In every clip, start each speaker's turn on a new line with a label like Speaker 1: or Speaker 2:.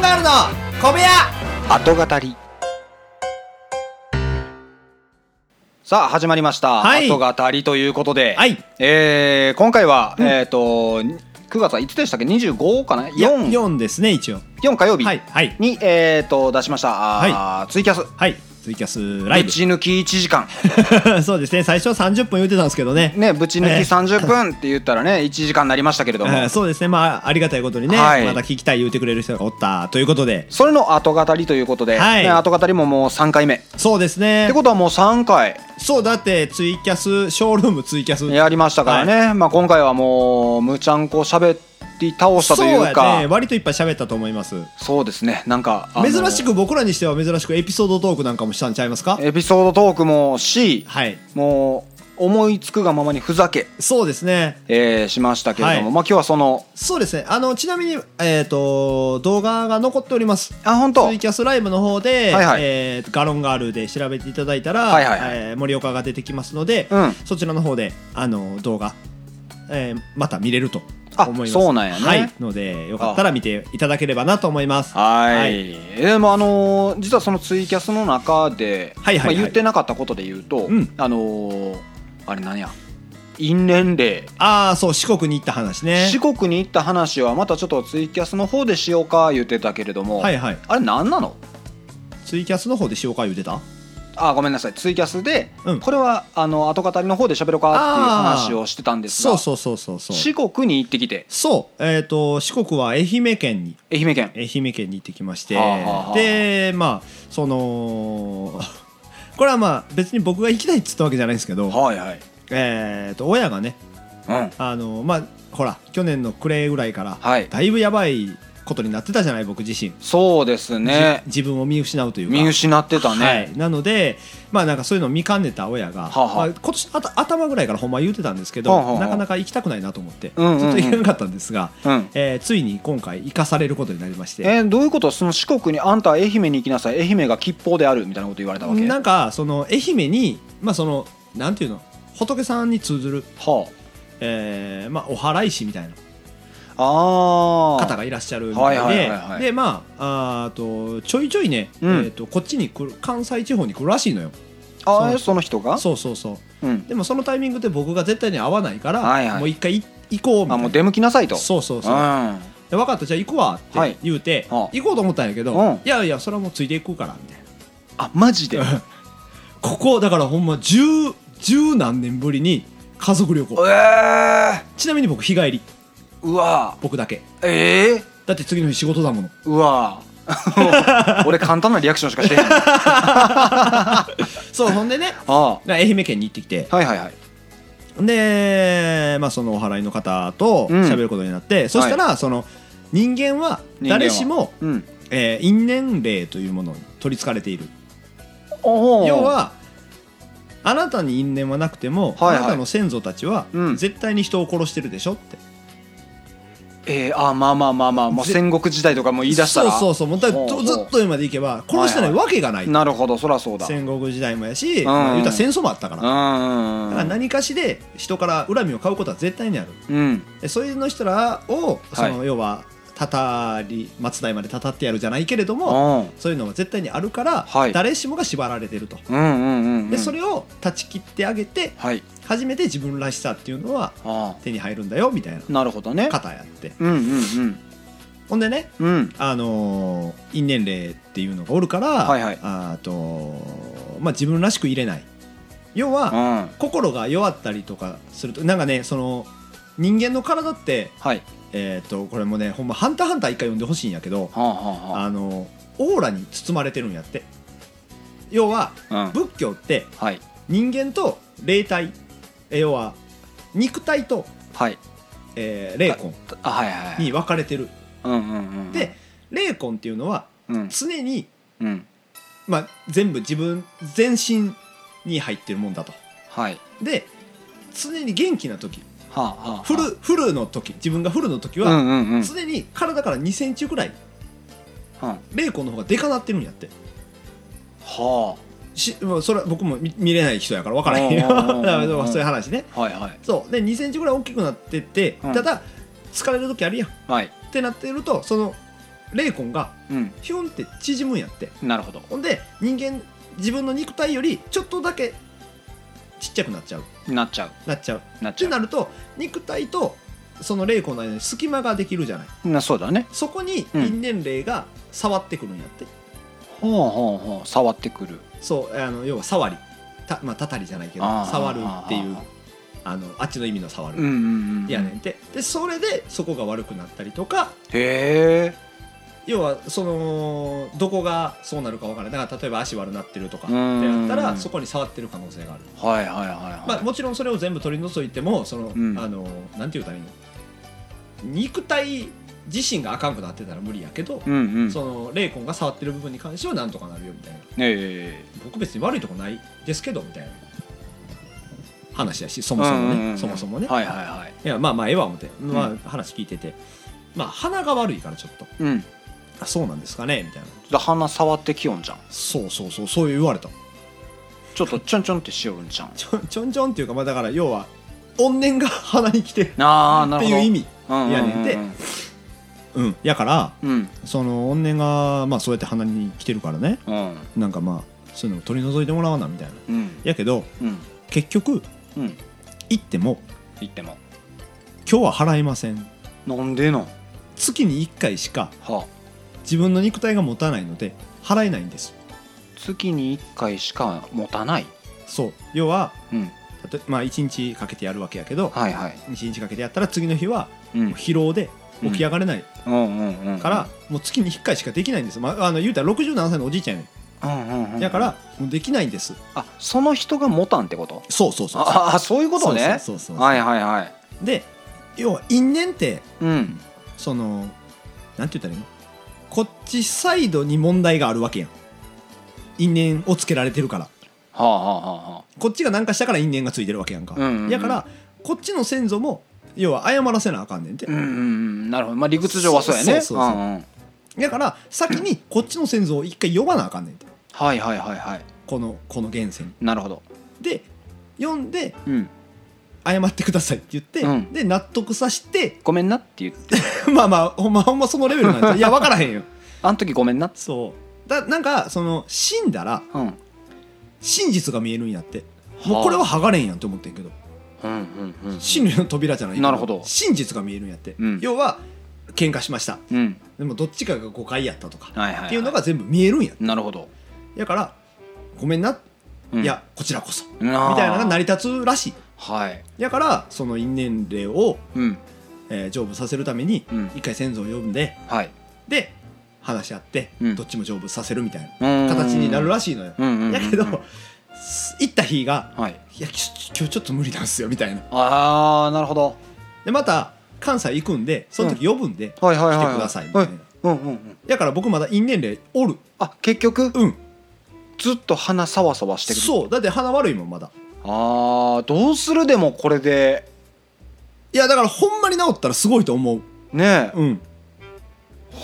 Speaker 1: 小部屋
Speaker 2: 後語りさあ始まりました、
Speaker 1: はい
Speaker 2: 後語りということで、
Speaker 1: はい
Speaker 2: えー今回は、えっ、と9月はいつでしたっけ25かな 4,
Speaker 1: 4ですね一応
Speaker 2: 4火曜日に、
Speaker 1: はいはい
Speaker 2: えー、と出しましたあー、ツイキャス
Speaker 1: はいツイキャスライ
Speaker 2: ぶ
Speaker 1: ブ
Speaker 2: ち抜き1時間
Speaker 1: そうですね最初は30分言ってたんですけどね
Speaker 2: ねぶち抜
Speaker 1: え
Speaker 2: き
Speaker 1: ー
Speaker 2: 30分って言ったらね1時間になりましたけれども、
Speaker 1: えーそうですねまあありがたいことにね、
Speaker 2: はい
Speaker 1: また聞きたい言うてくれる人がおったということで
Speaker 2: それの後語りということで、
Speaker 1: はい
Speaker 2: ね後語りももう3回目っ
Speaker 1: そうですね
Speaker 2: てことはもう3回
Speaker 1: そうだってツイキャスショールームツイキャス
Speaker 2: やりましたからね、まあ、今回はもうむちゃんこしゃべり倒したと
Speaker 1: そう
Speaker 2: いうか
Speaker 1: やね割といっぱい喋ったと思います
Speaker 2: そうですねなんかあの
Speaker 1: 珍しく僕らにしては珍しくエピソードトークなんかもしたんちゃいますか
Speaker 2: エピソードトークもし、
Speaker 1: はい
Speaker 2: もう思いつくがままにふざけ、
Speaker 1: そうですね
Speaker 2: えーしましたけれども、
Speaker 1: はい
Speaker 2: まあ今日はその
Speaker 1: そうですねあのちなみに、えー、と動画が残っております
Speaker 2: あ本当
Speaker 1: ツイキャスライブの方で、
Speaker 2: はいはい
Speaker 1: えーガロンガールで調べていただいたら、
Speaker 2: はいはいはい
Speaker 1: えー森岡が出てきますので、
Speaker 2: うん
Speaker 1: そちらの方であの動画、えーまた見れると
Speaker 2: あ
Speaker 1: 思います
Speaker 2: そうなんやね
Speaker 1: はい、のでよかったら見ていただければなと思います
Speaker 2: はい
Speaker 1: はい
Speaker 2: えーでもあのー実はそのツイキャスの中で、
Speaker 1: はいはいはい
Speaker 2: まあ、言ってなかったことで言うと、
Speaker 1: うん
Speaker 2: あのーあれなんや因縁で
Speaker 1: ああそう四国に行った話ね
Speaker 2: 四国に行った話はまたちょっとツイキャスの方でしようか言ってたけれども、
Speaker 1: はいはい
Speaker 2: あれ何なの
Speaker 1: ツイキャスの方で紹介を出た
Speaker 2: あごめんなさいツイキャスで、
Speaker 1: うん
Speaker 2: これはあの後語りの方で喋ろうかっていう話をしてたんです
Speaker 1: そ
Speaker 2: が
Speaker 1: うそうそうそうそう
Speaker 2: 四国に行ってきて
Speaker 1: そう、えー、と四国は愛媛県に
Speaker 2: 愛媛県
Speaker 1: 愛媛県に行ってきまして、
Speaker 2: はあはあはあ
Speaker 1: でまあその これはまあ別に僕が行きたいっつったわけじゃないんですけど、
Speaker 2: はいはい
Speaker 1: えー、と親がね
Speaker 2: うん
Speaker 1: あのまあほら去年の暮れぐらいから、
Speaker 2: はい
Speaker 1: だいぶやばいことになってたじゃない僕自身、
Speaker 2: そうですね
Speaker 1: じ自分を見失うというか
Speaker 2: 見失ってたね、
Speaker 1: はい、なのでまあなんかそういうのを見かねた親が、
Speaker 2: はあはあ
Speaker 1: まあ、今年あた頭ぐらいからほんま言ってたんですけど、
Speaker 2: はあはあ
Speaker 1: なかなか行きたくないなと思って、
Speaker 2: うんうんうん
Speaker 1: ずっと行けなかったんですが、
Speaker 2: うん
Speaker 1: えーついに今回行かされることになりまして
Speaker 2: えーどういうことその四国にあんたは愛媛に行きなさい愛媛が吉報であるみたいなこと言われたわけ
Speaker 1: なんかその愛媛にまあそのなんていうの仏さんに通ずる、
Speaker 2: は
Speaker 1: えーまあ、お祓い師みたいな
Speaker 2: あああ
Speaker 1: 方がいらっしゃるみた
Speaker 2: はいはいいはいは
Speaker 1: で
Speaker 2: い
Speaker 1: でまああーあとちょいちょいね、
Speaker 2: うん
Speaker 1: えー、とこっちに来る関西地方に来るらしいのよ
Speaker 2: あ
Speaker 1: そ
Speaker 2: ー
Speaker 1: の
Speaker 2: その人が
Speaker 1: そうそうそう
Speaker 2: う、ん、
Speaker 1: でもそのタイミングで僕が絶対に会わないから、
Speaker 2: はいはい
Speaker 1: もう一回い行こうみた
Speaker 2: あ
Speaker 1: い
Speaker 2: も
Speaker 1: な
Speaker 2: う出向きなさいと
Speaker 1: そうそうそうう、
Speaker 2: ん
Speaker 1: で分かったじゃあ行くわ
Speaker 2: は
Speaker 1: っ
Speaker 2: い
Speaker 1: て言うて、
Speaker 2: あ
Speaker 1: 行こうと思ったんやけど、
Speaker 2: うん
Speaker 1: いやいやそれはもうついていくからみたいな
Speaker 2: あマジでえ
Speaker 1: ここだからほんま十十何年ぶりに家族旅行
Speaker 2: え
Speaker 1: ちなみに僕日帰り
Speaker 2: うわ
Speaker 1: 僕だけ
Speaker 2: ええ
Speaker 1: だって次の日仕事だもの
Speaker 2: うわ 俺簡単なリアクションしか してへんあ
Speaker 1: そうほんで ね
Speaker 2: あ
Speaker 1: 愛媛県に行ってきて
Speaker 2: はいはいはい
Speaker 1: で、まあ、そのお祓いの方と
Speaker 2: うん
Speaker 1: 喋ることになって、そしたらその人間は
Speaker 2: 人間は
Speaker 1: 誰しも、
Speaker 2: うん
Speaker 1: えー因縁霊というものに取りつかれている
Speaker 2: おお
Speaker 1: 要はあなたに因縁はなくても、
Speaker 2: はいはい
Speaker 1: あなたの先祖たちは
Speaker 2: うん
Speaker 1: 絶対に人を殺してるでしょって、
Speaker 2: ええあまあまあまあまあもう戦国時代とかも言い出したら
Speaker 1: そうそうそうもうだ
Speaker 2: ほうほう
Speaker 1: ずっと今までいけば殺してないわけがない、
Speaker 2: なるほどそらそうだ
Speaker 1: 戦国時代もやし、
Speaker 2: ん
Speaker 1: まあ、言うたら戦争もあったから、だから
Speaker 2: うん
Speaker 1: 何かしで人から恨みを買うことは絶対にある
Speaker 2: うん
Speaker 1: でそういうの人らをその、
Speaker 2: は
Speaker 1: 要はたたり松代までたたってやるじゃないけれど
Speaker 2: う
Speaker 1: も
Speaker 2: ん
Speaker 1: そういうのは絶対にあるから、
Speaker 2: はい
Speaker 1: 誰しもが縛られてると
Speaker 2: うんうんうん
Speaker 1: でそれを断ち切ってあげて
Speaker 2: はい
Speaker 1: 初めて自分らしさっていうのは
Speaker 2: あ
Speaker 1: 手に入るんだよみたいな
Speaker 2: あなるほどね
Speaker 1: 方やって
Speaker 2: うんうん
Speaker 1: ほんでね
Speaker 2: うんうん
Speaker 1: あのー因縁霊っていうのがおるから、
Speaker 2: はいはい
Speaker 1: あーとまあ、自分らしくいれない要
Speaker 2: う
Speaker 1: は、
Speaker 2: ん
Speaker 1: 心が弱ったりとかするとなんかねその人間の体って
Speaker 2: はい
Speaker 1: えっ、とこれもねほんま「ハンターハンター」一回読んでほしいんやけど
Speaker 2: はあは
Speaker 1: あのオーラに包まれてるんやって要は
Speaker 2: あはあうん
Speaker 1: 仏教って
Speaker 2: はい
Speaker 1: 人間と霊体え要は肉体と、
Speaker 2: はい
Speaker 1: えー、霊魂
Speaker 2: あはいはいはい
Speaker 1: に分かれてる
Speaker 2: うんうんうん
Speaker 1: で霊魂っていうのは
Speaker 2: うん
Speaker 1: 常に、
Speaker 2: うん
Speaker 1: まあ、全部自分全身に入ってるもんだと
Speaker 2: はい
Speaker 1: で常に元気な時
Speaker 2: はあはあはあ
Speaker 1: フルフルの時自分がフルの時
Speaker 2: う
Speaker 1: は
Speaker 2: んうんうん
Speaker 1: 常に体から2センチぐらい
Speaker 2: うん
Speaker 1: 霊魂の方がでかなってるんやって
Speaker 2: は
Speaker 1: しもうそれは僕も見見れない人やから分からへんよ
Speaker 2: うんうんうんうん
Speaker 1: だからそういう話ね
Speaker 2: あはいはい
Speaker 1: そうで2センチぐらい大きくなってって
Speaker 2: うん
Speaker 1: ただ疲れる時あるやんっ
Speaker 2: はい
Speaker 1: てなってるとその霊魂が
Speaker 2: うん
Speaker 1: ヒュンって縮むんやって
Speaker 2: なるほど
Speaker 1: ほんで人間自分の肉体よりちょっとだけちっちゃくなっちゃう
Speaker 2: なっちゃう
Speaker 1: なっちゃうっ
Speaker 2: なっち
Speaker 1: て
Speaker 2: ゃ
Speaker 1: なると肉体とその霊魂の間に隙間ができるじゃないう
Speaker 2: なそうだね
Speaker 1: そこに
Speaker 2: うん
Speaker 1: 因縁霊が触ってくるんやって、
Speaker 2: ほうほうほう触ってくる
Speaker 1: そうあの要は触りた,、まあ、たたりじゃないけど
Speaker 2: あー
Speaker 1: 触るっていう
Speaker 2: あー
Speaker 1: あのあっちの意味の触る、
Speaker 2: うんうんうん
Speaker 1: やねんてでそれでそこが悪くなったりとか
Speaker 2: へえ
Speaker 1: 要はそのどこがそうなるか分からないだから例えば足悪なってるとか
Speaker 2: う
Speaker 1: で
Speaker 2: ん
Speaker 1: やったらそこに触ってる可能性がある、
Speaker 2: はいはいはい
Speaker 1: まあ、
Speaker 2: はい
Speaker 1: もちろんそれを全部取り除いてもその、
Speaker 2: うん
Speaker 1: あのなんていうたらいいの肉体自身があかんくなってたら無理やけど、
Speaker 2: うんうん
Speaker 1: その霊魂が触ってる部分に関してはなんとかなるよみたいな
Speaker 2: え
Speaker 1: 僕別に悪いとこないですけどみたいな話やしそもそもね、そもそもね、
Speaker 2: はいはいはい
Speaker 1: いやまあまあええわ思って、ま
Speaker 2: うん
Speaker 1: あ、話聞いてて、まあ鼻が悪いからちょっと
Speaker 2: うん
Speaker 1: あそうなんですかねみたいな
Speaker 2: だ鼻触ってきよんじゃん
Speaker 1: そうそうそうそう言われた
Speaker 2: ちょっとちょんちょんってしよるんじゃん
Speaker 1: ちょちょんちょんっていうかまあだから要は怨念が鼻に来てる
Speaker 2: ああな
Speaker 1: っ
Speaker 2: る
Speaker 1: て
Speaker 2: ほど
Speaker 1: いう意味
Speaker 2: うん
Speaker 1: やねんてうんやから
Speaker 2: うん
Speaker 1: その怨念がまあそうやって鼻に来てるからね
Speaker 2: うん
Speaker 1: なんかまあそういうのを取り除いてもらわなみたいな
Speaker 2: うん
Speaker 1: やけど
Speaker 2: うん
Speaker 1: 結局
Speaker 2: うん
Speaker 1: 行っても
Speaker 2: 言っても
Speaker 1: 今日は払いません
Speaker 2: なんでなん
Speaker 1: 月に1回しか
Speaker 2: は
Speaker 1: 自分の肉体が持たないので払えないんです
Speaker 2: あ月に一回しか持たない
Speaker 1: そう要は
Speaker 2: うん
Speaker 1: たとまあ1日かけてやるわけやけど
Speaker 2: はいはい
Speaker 1: 1日かけてやったら次の日は
Speaker 2: うん
Speaker 1: 疲労で起き上がれない
Speaker 2: うんうんうん
Speaker 1: から、もう月に1回しかできないんです、まあ、あの言うたら67歳のおじいちゃんやね
Speaker 2: うんうんうん
Speaker 1: んだからもうできないんです
Speaker 2: あその人が持たんってこと
Speaker 1: そうそうそう
Speaker 2: ああそういうことね
Speaker 1: そうそうそうそう
Speaker 2: はいはいはい
Speaker 1: で要は因縁って
Speaker 2: うん
Speaker 1: そのなんて言ったらいいのこっちサイドに問題があるわけやん因縁をつけられてるから
Speaker 2: はあはあはあはあ
Speaker 1: こっちが何かしたから因縁がついてるわけやんか、
Speaker 2: うんうんうん
Speaker 1: だからこっちの先祖も要は謝らせなあかんねんて、
Speaker 2: うんうんうんなるほどまあ理屈上はそうやね
Speaker 1: そうそうそうそうん
Speaker 2: ん
Speaker 1: だから先にこっちの先祖を一回呼ばなあかんねんて
Speaker 2: はいはいはいはい
Speaker 1: このこの現世に
Speaker 2: なるほど
Speaker 1: で呼んで
Speaker 2: うん
Speaker 1: 謝ってくださいって言って、
Speaker 2: うん
Speaker 1: で納得させて
Speaker 2: ごめんなって言って
Speaker 1: まあまあほんまほんまそのレベルな んですよいや分からへんよ
Speaker 2: あの時ごめんなって
Speaker 1: そうだなんかその死んだら
Speaker 2: うん
Speaker 1: 真実が見えるんやってもうこれは剥がれんやんって思ってんけど
Speaker 2: うんうんうん
Speaker 1: 真理の扉じゃないけ
Speaker 2: なるほど
Speaker 1: 真実が見えるんやって、
Speaker 2: うん
Speaker 1: 要は喧嘩しました
Speaker 2: うん
Speaker 1: でもどっちかが誤解やったとか
Speaker 2: はいはいは
Speaker 1: っていうのが全部見えるんや
Speaker 2: なるほど
Speaker 1: だからごめんな、
Speaker 2: うん
Speaker 1: いやこちらこそみ
Speaker 2: みたい
Speaker 1: たいなのが成り立つらしい
Speaker 2: はい
Speaker 1: だからその因縁霊を、
Speaker 2: うん
Speaker 1: えー、成仏させるために
Speaker 2: うん
Speaker 1: 一回先祖を呼んで
Speaker 2: はい
Speaker 1: で話し合って、
Speaker 2: うん
Speaker 1: どっちも成仏させるみたいな形
Speaker 2: 形
Speaker 1: になるらしいのよ、
Speaker 2: うんうんうんうん
Speaker 1: だけど、す行った日が
Speaker 2: はい
Speaker 1: 「いやき今日ちょっと無理なんすよ」みたいな
Speaker 2: ああなるほど
Speaker 1: でまた関西行くんでその時呼ぶんで、
Speaker 2: はいはい
Speaker 1: 来
Speaker 2: はいは
Speaker 1: てくださいみた
Speaker 2: はいい
Speaker 1: な、
Speaker 2: うんうんうん
Speaker 1: だから僕まだ因縁霊おる
Speaker 2: あ結局
Speaker 1: うん
Speaker 2: ずっと鼻さわさわしてくる
Speaker 1: そうだって鼻悪いもんまだ
Speaker 2: あーどうするでもこれで
Speaker 1: いやだからほんまに治ったらすごいと思う
Speaker 2: ねえ
Speaker 1: うん
Speaker 2: はあ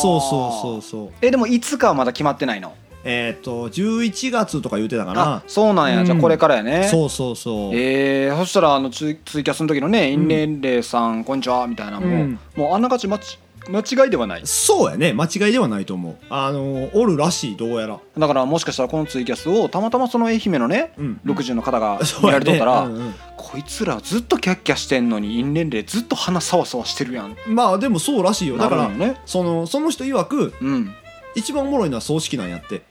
Speaker 1: そうそうそうそう
Speaker 2: えでもいつかはまだ決まってないの
Speaker 1: えっ、と11月とか言うてたか
Speaker 2: あ
Speaker 1: な
Speaker 2: そうなんや、
Speaker 1: うん
Speaker 2: じゃあこれからやね
Speaker 1: そうそうそう、
Speaker 2: えー、そしたらあのツイツイキャスの時のね「インレンレイさん、こんにちは」みたいなのも、
Speaker 1: うん
Speaker 2: もうあんな感じ間ち間違いではない
Speaker 1: そうやね間違いではないと思うあのおるらしいどうやら
Speaker 2: だからもしかしたらこのツイキャスをたまたまその愛媛のね、
Speaker 1: うん
Speaker 2: 60の方が
Speaker 1: そう
Speaker 2: 見ら
Speaker 1: や
Speaker 2: れとったら、
Speaker 1: ねうん
Speaker 2: こいつらずっとキャッキャしてんのにインレンレイずっと鼻サワサワしてるやん
Speaker 1: うんまあでもそうらしいよだから、
Speaker 2: なるんよね
Speaker 1: そのその人曰く
Speaker 2: うん
Speaker 1: 一番おもろいのは葬式なんやって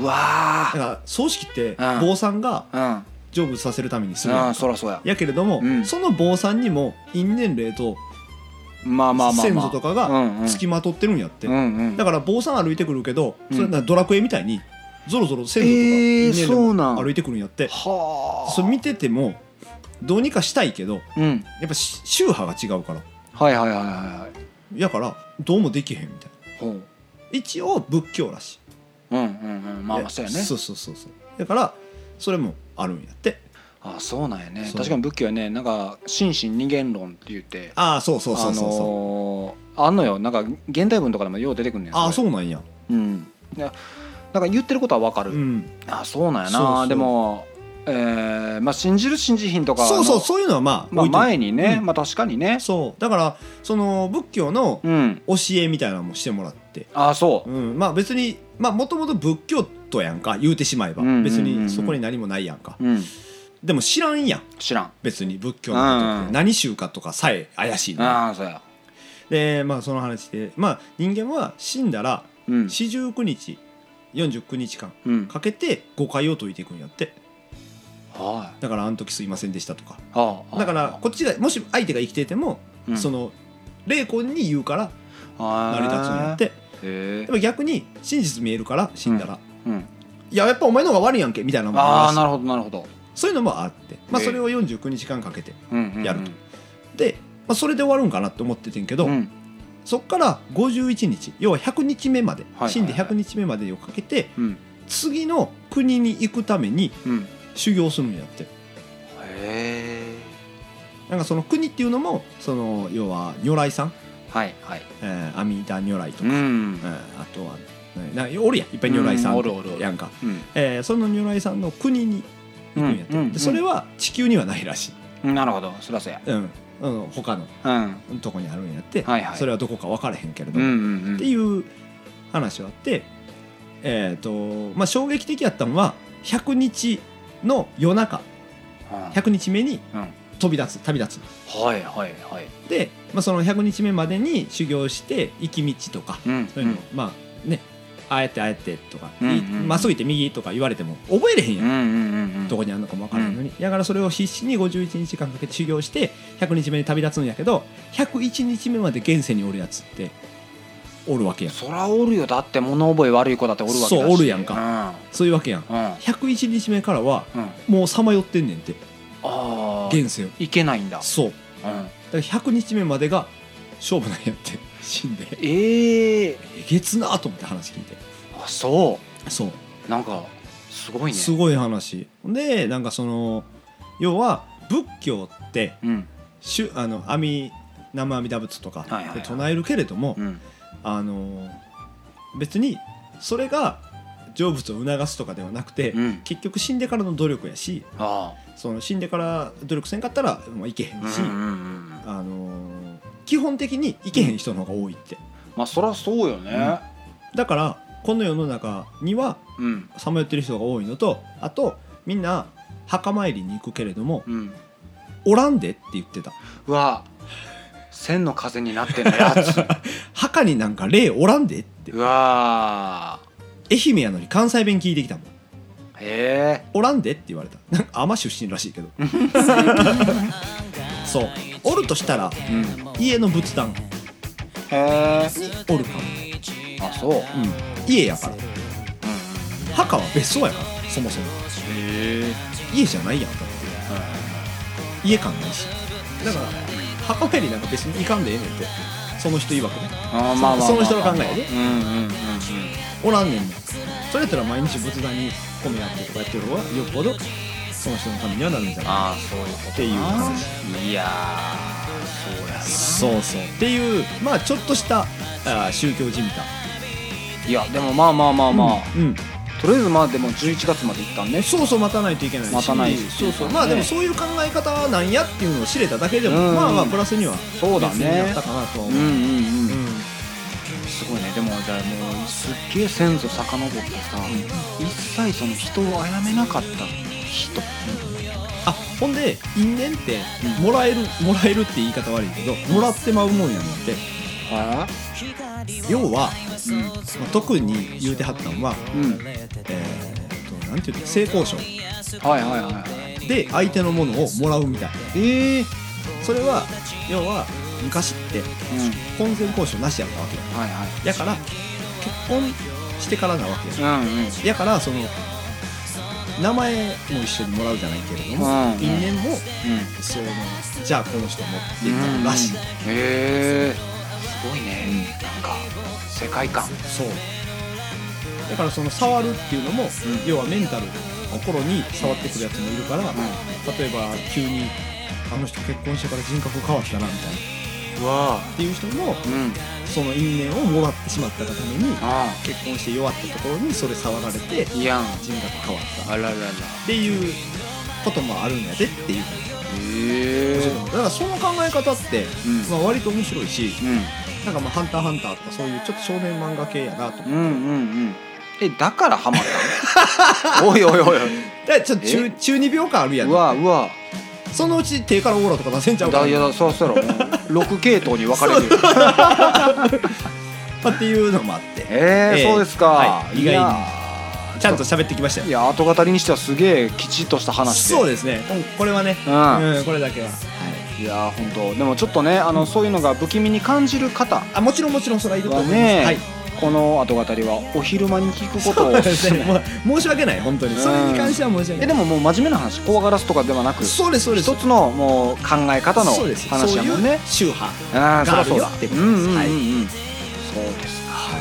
Speaker 2: うわ
Speaker 1: だから葬式って
Speaker 2: うん
Speaker 1: 坊さんが
Speaker 2: ー
Speaker 1: 成仏させるためにす
Speaker 2: うん、
Speaker 1: るや
Speaker 2: うんん、そらそうや
Speaker 1: やけれども、
Speaker 2: うん
Speaker 1: その坊さんにも因縁霊と
Speaker 2: まあまあまあ、
Speaker 1: 先
Speaker 2: まあ、
Speaker 1: 祖とかが
Speaker 2: うんうん
Speaker 1: つきまとってるんやって、
Speaker 2: うんうん、
Speaker 1: だから坊さん歩いてくるけど、
Speaker 2: うん
Speaker 1: それなドラクエみたいにゾロゾロ先祖とか
Speaker 2: えー
Speaker 1: 因縁霊
Speaker 2: そうなん
Speaker 1: 歩いてくるんやって、
Speaker 2: はあ
Speaker 1: それ見ててもどうにかしたいけどや
Speaker 2: うん
Speaker 1: っぱし宗派が違うから
Speaker 2: はいはいはいはいはい
Speaker 1: やからどうもできへんみたいな
Speaker 2: ほう
Speaker 1: 一応仏教らしい
Speaker 2: うんうんうんまあまあそうやね
Speaker 1: そうそうそうそうだからそれもあるんやって
Speaker 2: ああそうなんやね
Speaker 1: そう
Speaker 2: 確かに仏教はねなんか心身二元論って言って
Speaker 1: ああそうそうそうそうそう、
Speaker 2: あのーあんのよなんか現代文とかでもよう出てくんねん
Speaker 1: ああ
Speaker 2: そ
Speaker 1: そ
Speaker 2: れ
Speaker 1: うなんや
Speaker 2: うんいやなんか言ってることはわかる、
Speaker 1: うん
Speaker 2: ああそうなんやな
Speaker 1: そうそう
Speaker 2: でもえーまあ、信じる信じひんとかの
Speaker 1: そうそうそういうのはまあ
Speaker 2: まあ、
Speaker 1: 置いといて
Speaker 2: 前にね、
Speaker 1: うん
Speaker 2: まあ確かにね
Speaker 1: そうだからその仏教の
Speaker 2: うん
Speaker 1: 教えみたいなのもしてもらって、
Speaker 2: ああそう
Speaker 1: うん、まあ別にまあもともと仏教徒やんか言うてしまえば、
Speaker 2: うんうんうんうん
Speaker 1: 別にそこに何もないやんか、
Speaker 2: うん
Speaker 1: でも知らんやん
Speaker 2: 知らん
Speaker 1: 別に仏教のことって
Speaker 2: うん
Speaker 1: 何宗かとかさえ怪しいの
Speaker 2: ああそうや
Speaker 1: でまあその話でまあ人間は死んだら
Speaker 2: うん
Speaker 1: 四十九日49日間
Speaker 2: うん
Speaker 1: かけて誤解を解いていくんやって
Speaker 2: は
Speaker 1: だからあの時すいませんでしたとか
Speaker 2: いああ
Speaker 1: だからこっちがもし相手が生きてても、
Speaker 2: うん
Speaker 1: その霊魂に言うから成
Speaker 2: 成
Speaker 1: り立つんやって
Speaker 2: へ
Speaker 1: でも逆に真実見えるから死んだら、
Speaker 2: え、うん、
Speaker 1: いややっぱお前の方が悪いやんけみたいなのも
Speaker 2: あ
Speaker 1: あ
Speaker 2: あ
Speaker 1: る
Speaker 2: な
Speaker 1: し
Speaker 2: るほどなるほど、
Speaker 1: そういうのもあって、まあ、
Speaker 2: ええ
Speaker 1: それを49日間かけて
Speaker 2: うんうんうん
Speaker 1: やるとで、まあ、それで終わるんかなって思っててんけど、
Speaker 2: うん
Speaker 1: そっから51日要は100日目まで、
Speaker 2: はい
Speaker 1: 死んで100日目までをかけて
Speaker 2: うん
Speaker 1: 次の国に行くために
Speaker 2: うん
Speaker 1: 修行するんやって
Speaker 2: へえ
Speaker 1: なんかその国っていうのもその要は如来さん、
Speaker 2: はいはい
Speaker 1: えー、阿弥陀如来とか、
Speaker 2: ん
Speaker 1: うんあとはななおるやんいっぱい如来さん
Speaker 2: うんおるおるおる
Speaker 1: やんか、
Speaker 2: うん
Speaker 1: えーその如来さんの国に行くんやって、
Speaker 2: うんうん
Speaker 1: でそれは地球にはないらしい、
Speaker 2: うんなるほどそりゃそうや
Speaker 1: うんうん、他の
Speaker 2: うん
Speaker 1: とこにあるんやって、
Speaker 2: はいはい
Speaker 1: それはどこか分からへんけれど
Speaker 2: うん
Speaker 1: も、
Speaker 2: うんうん
Speaker 1: っていう話はあってえっ、とまあ衝撃的やったのは100日の夜中
Speaker 2: うん
Speaker 1: 100日目に
Speaker 2: うん
Speaker 1: 飛び立つ旅立つ
Speaker 2: はいはいはい
Speaker 1: で、まあ、その100日目までに修行して行き道とか
Speaker 2: うん
Speaker 1: そういうの、まあねああやってああやってとか、
Speaker 2: うんうん
Speaker 1: いまっすぐ行って右とか言われても覚えれへんやん
Speaker 2: うんうんうんうん
Speaker 1: どこにあるのかも分からないのに、だからそれを必死に51日間かけて修行して100日目に旅立つんやけど101日目まで現世におるやつっておるわけやん
Speaker 2: そらおるよだって物覚え悪い子だっておるわけだし
Speaker 1: そうおるやんかそういうわけやん
Speaker 2: うんうん
Speaker 1: 101日目からは
Speaker 2: うんあ
Speaker 1: もうさまよってんねんて
Speaker 2: あ
Speaker 1: 現世を
Speaker 2: いけないんだ
Speaker 1: そう
Speaker 2: うん
Speaker 1: だから100日目までが勝負なんやって 死んで
Speaker 2: ええ
Speaker 1: えげつなーと思って話聞いて
Speaker 2: あそ
Speaker 1: そう
Speaker 2: うなんかすごいね
Speaker 1: すごい話でなんかその要は仏教って
Speaker 2: うん
Speaker 1: しゅあの阿弥南無阿弥陀仏とか
Speaker 2: はいはいはい
Speaker 1: で唱えるけれども、
Speaker 2: うん
Speaker 1: あの別にそれが成仏を促すとかではなくて、
Speaker 2: うん
Speaker 1: 結局死んでからの努力やし
Speaker 2: あ
Speaker 1: その死んでから努力せんかったら、まあ、いけへ
Speaker 2: あ
Speaker 1: ん
Speaker 2: うん
Speaker 1: し、
Speaker 2: うんうんうん
Speaker 1: あの基本的にいけへん人の方が多いって
Speaker 2: まあそりゃそうよね
Speaker 1: だからこの世の中には
Speaker 2: うん
Speaker 1: さまよってる人が多いのとあとみんな墓参りに行くけれども
Speaker 2: うん
Speaker 1: 「おらんで」って言ってた
Speaker 2: うわ千の風になってんのや つ
Speaker 1: 墓になんか霊おらんでって
Speaker 2: うわ
Speaker 1: 愛媛やのに関西弁聞いてきたもん
Speaker 2: へ
Speaker 1: おらんでって言われたなんか海士出身らしいけどそうおるとしたら
Speaker 2: えうん
Speaker 1: 家の仏壇
Speaker 2: へえ
Speaker 1: におるかも、
Speaker 2: あそううん
Speaker 1: うん、家やから墓は別荘やからそもそも
Speaker 2: へえ
Speaker 1: 家じゃないやんか家感ないしだから墓参りなんか別に行かんでええねんってその人曰くね
Speaker 2: あーまあまあまあまあ
Speaker 1: その人の考えやで
Speaker 2: うんうんうんうん
Speaker 1: おらんねんねんそれやったら毎日仏壇に米やってとかやってる方がよっぽどその人のためにはなるんじゃない
Speaker 2: ああそういうこと
Speaker 1: っていう話
Speaker 2: いやーそうや
Speaker 1: そうそうっていうまあちょっとしたあー宗教じみた
Speaker 2: ないやでもまあまあまあまあ、
Speaker 1: うんうん
Speaker 2: とりあえずまあでも11月まで一旦ね
Speaker 1: そうそう待たないといけないし
Speaker 2: 待たない
Speaker 1: そうそうまあでもそういう考え方なんやっていうのを知れただけでも、
Speaker 2: うん
Speaker 1: まあまあプラスには
Speaker 2: そうだね
Speaker 1: 別になったかなとは
Speaker 2: うんうんう
Speaker 1: 思う、
Speaker 2: ん、
Speaker 1: うん
Speaker 2: すごいねでもじゃあもうすっげえ先祖遡ってさ、一切その人を殺めなかった人
Speaker 1: あほんで因縁ってもらえる、もらえるって言い方悪いけどもらってまうもんやなんて
Speaker 2: は
Speaker 1: 要は、
Speaker 2: うん
Speaker 1: まあ、特に言うてはったのは、
Speaker 2: うん
Speaker 1: えー、となんていうの性交渉
Speaker 2: はいはいはいはい
Speaker 1: で相手のものをもらうみたい
Speaker 2: ええ
Speaker 1: それは要は昔って
Speaker 2: うん
Speaker 1: 婚前交渉なしやったわけよ
Speaker 2: はいはい
Speaker 1: やから結婚してからなわけよ
Speaker 2: うんうん
Speaker 1: やからその名前も一緒にもらうじゃないけれども、
Speaker 2: うん
Speaker 1: 因縁も
Speaker 2: うん
Speaker 1: そのじゃあこの人持っていくらし
Speaker 2: う
Speaker 1: い、
Speaker 2: んへえすごいね、なんか世界観
Speaker 1: そうだからその触るっていうのも、要はメンタル心に触ってくるやつもいるから、例えば急にあの人結婚してから人格変わったなみたいな
Speaker 2: うわ
Speaker 1: っていう人
Speaker 2: う
Speaker 1: も
Speaker 2: ん
Speaker 1: その因縁をもらってしまったがために
Speaker 2: あ
Speaker 1: 結婚して弱ったところにそれ触られて人
Speaker 2: あいやん
Speaker 1: 格変わった
Speaker 2: あららら
Speaker 1: っていうこともあるんやでっていう
Speaker 2: え
Speaker 1: 教えてもらうだからその考え方って、
Speaker 2: うん
Speaker 1: まあ、割と面白いし
Speaker 2: うん
Speaker 1: なんかまあ「ハンターハンター」とかそういうちょっと少年漫画系やなと思って
Speaker 2: うんうんうんえだからハマったの おいおいおいおい
Speaker 1: だからちょっと中中二病感あるやん
Speaker 2: うわうわ
Speaker 1: そのうち手からオーラとか出せんちゃうかな
Speaker 2: だいやそう したらもう6系統に分かれるよ
Speaker 1: っていうのもあって
Speaker 2: えー
Speaker 1: ええ
Speaker 2: そうですか、
Speaker 1: はい意外に
Speaker 2: いやー
Speaker 1: ちゃんと喋ってきました
Speaker 2: い
Speaker 1: よ
Speaker 2: や後語りにしてはすげえきちっとした話で
Speaker 1: そうですねうんこれはね
Speaker 2: うん、はい
Speaker 1: うんこれだけはい
Speaker 2: やー本当でもちょっとねあのそういうのが不気味に感じる方
Speaker 1: あもちろんもちろんそれはいると思います、
Speaker 2: ね
Speaker 1: はい
Speaker 2: この後語りはお昼間に聞くことを
Speaker 1: そうですねもう申し訳ない本当にそれに関しては申し訳
Speaker 2: え
Speaker 1: な
Speaker 2: で
Speaker 1: い
Speaker 2: ももう真面目な話怖がらすとかではなく一
Speaker 1: そうですそうです
Speaker 2: つのもう考え方の
Speaker 1: そうです
Speaker 2: 話やもんね
Speaker 1: そういう宗派
Speaker 2: ああそ
Speaker 1: が
Speaker 2: うだ
Speaker 1: ある
Speaker 2: そう
Speaker 1: よ
Speaker 2: だ
Speaker 1: ってこ
Speaker 2: う
Speaker 1: と
Speaker 2: ん
Speaker 1: で
Speaker 2: う
Speaker 1: す
Speaker 2: んうんうん、
Speaker 1: はい
Speaker 2: そうですか
Speaker 1: は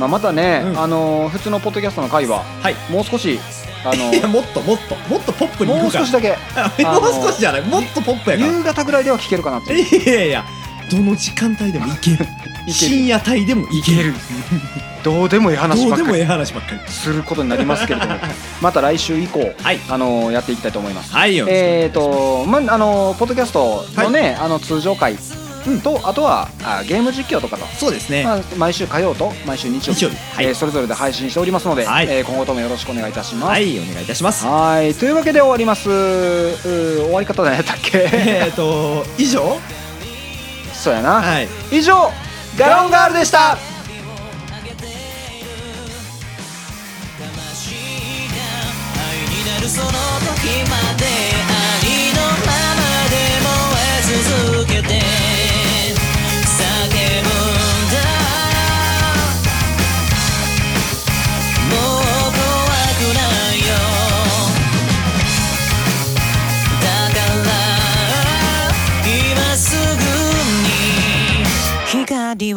Speaker 2: まあまたね、
Speaker 1: うん
Speaker 2: あのー普通のポッドキャストの回は
Speaker 1: はい
Speaker 2: もう少しあの
Speaker 1: い や
Speaker 2: ー
Speaker 1: もっともっともっとポップにい
Speaker 2: も
Speaker 1: く
Speaker 2: う
Speaker 1: から
Speaker 2: 少しだけ
Speaker 1: もう少しじゃないもっとポップやから
Speaker 2: 夕方ぐらいでは聞けるかなっていう
Speaker 1: いやいやいやどの時間帯でもい ける
Speaker 2: る
Speaker 1: 深夜帯でもいける
Speaker 2: どうでもいい話
Speaker 1: ど
Speaker 2: ば
Speaker 1: う
Speaker 2: っ
Speaker 1: で
Speaker 2: か
Speaker 1: も
Speaker 2: り
Speaker 1: ええ話ばっかり
Speaker 2: することになりますけ れどもまた来週以降、
Speaker 1: はい
Speaker 2: あのーやっていきたいと思います
Speaker 1: はいよ
Speaker 2: えーとまあのーポッドキャストのね、あの通常回と、あとはあゲーム実況とかと、
Speaker 1: そうですね
Speaker 2: まあ、毎週火曜と毎週日曜日
Speaker 1: 日曜日はい
Speaker 2: えーそれぞれで配信しておりますので、
Speaker 1: はい
Speaker 2: えー今後ともよろしくお願いいたします。
Speaker 1: はいお願いいたします
Speaker 2: はいというわけで終わりますうー終わり方何やったっけ
Speaker 1: えっと以上
Speaker 2: そうやな、
Speaker 1: はい
Speaker 2: 以上ガロンガールでした
Speaker 3: になるその時まで愛のままで燃え続けて叫ぶんだもう怖くないよだから今すぐに光を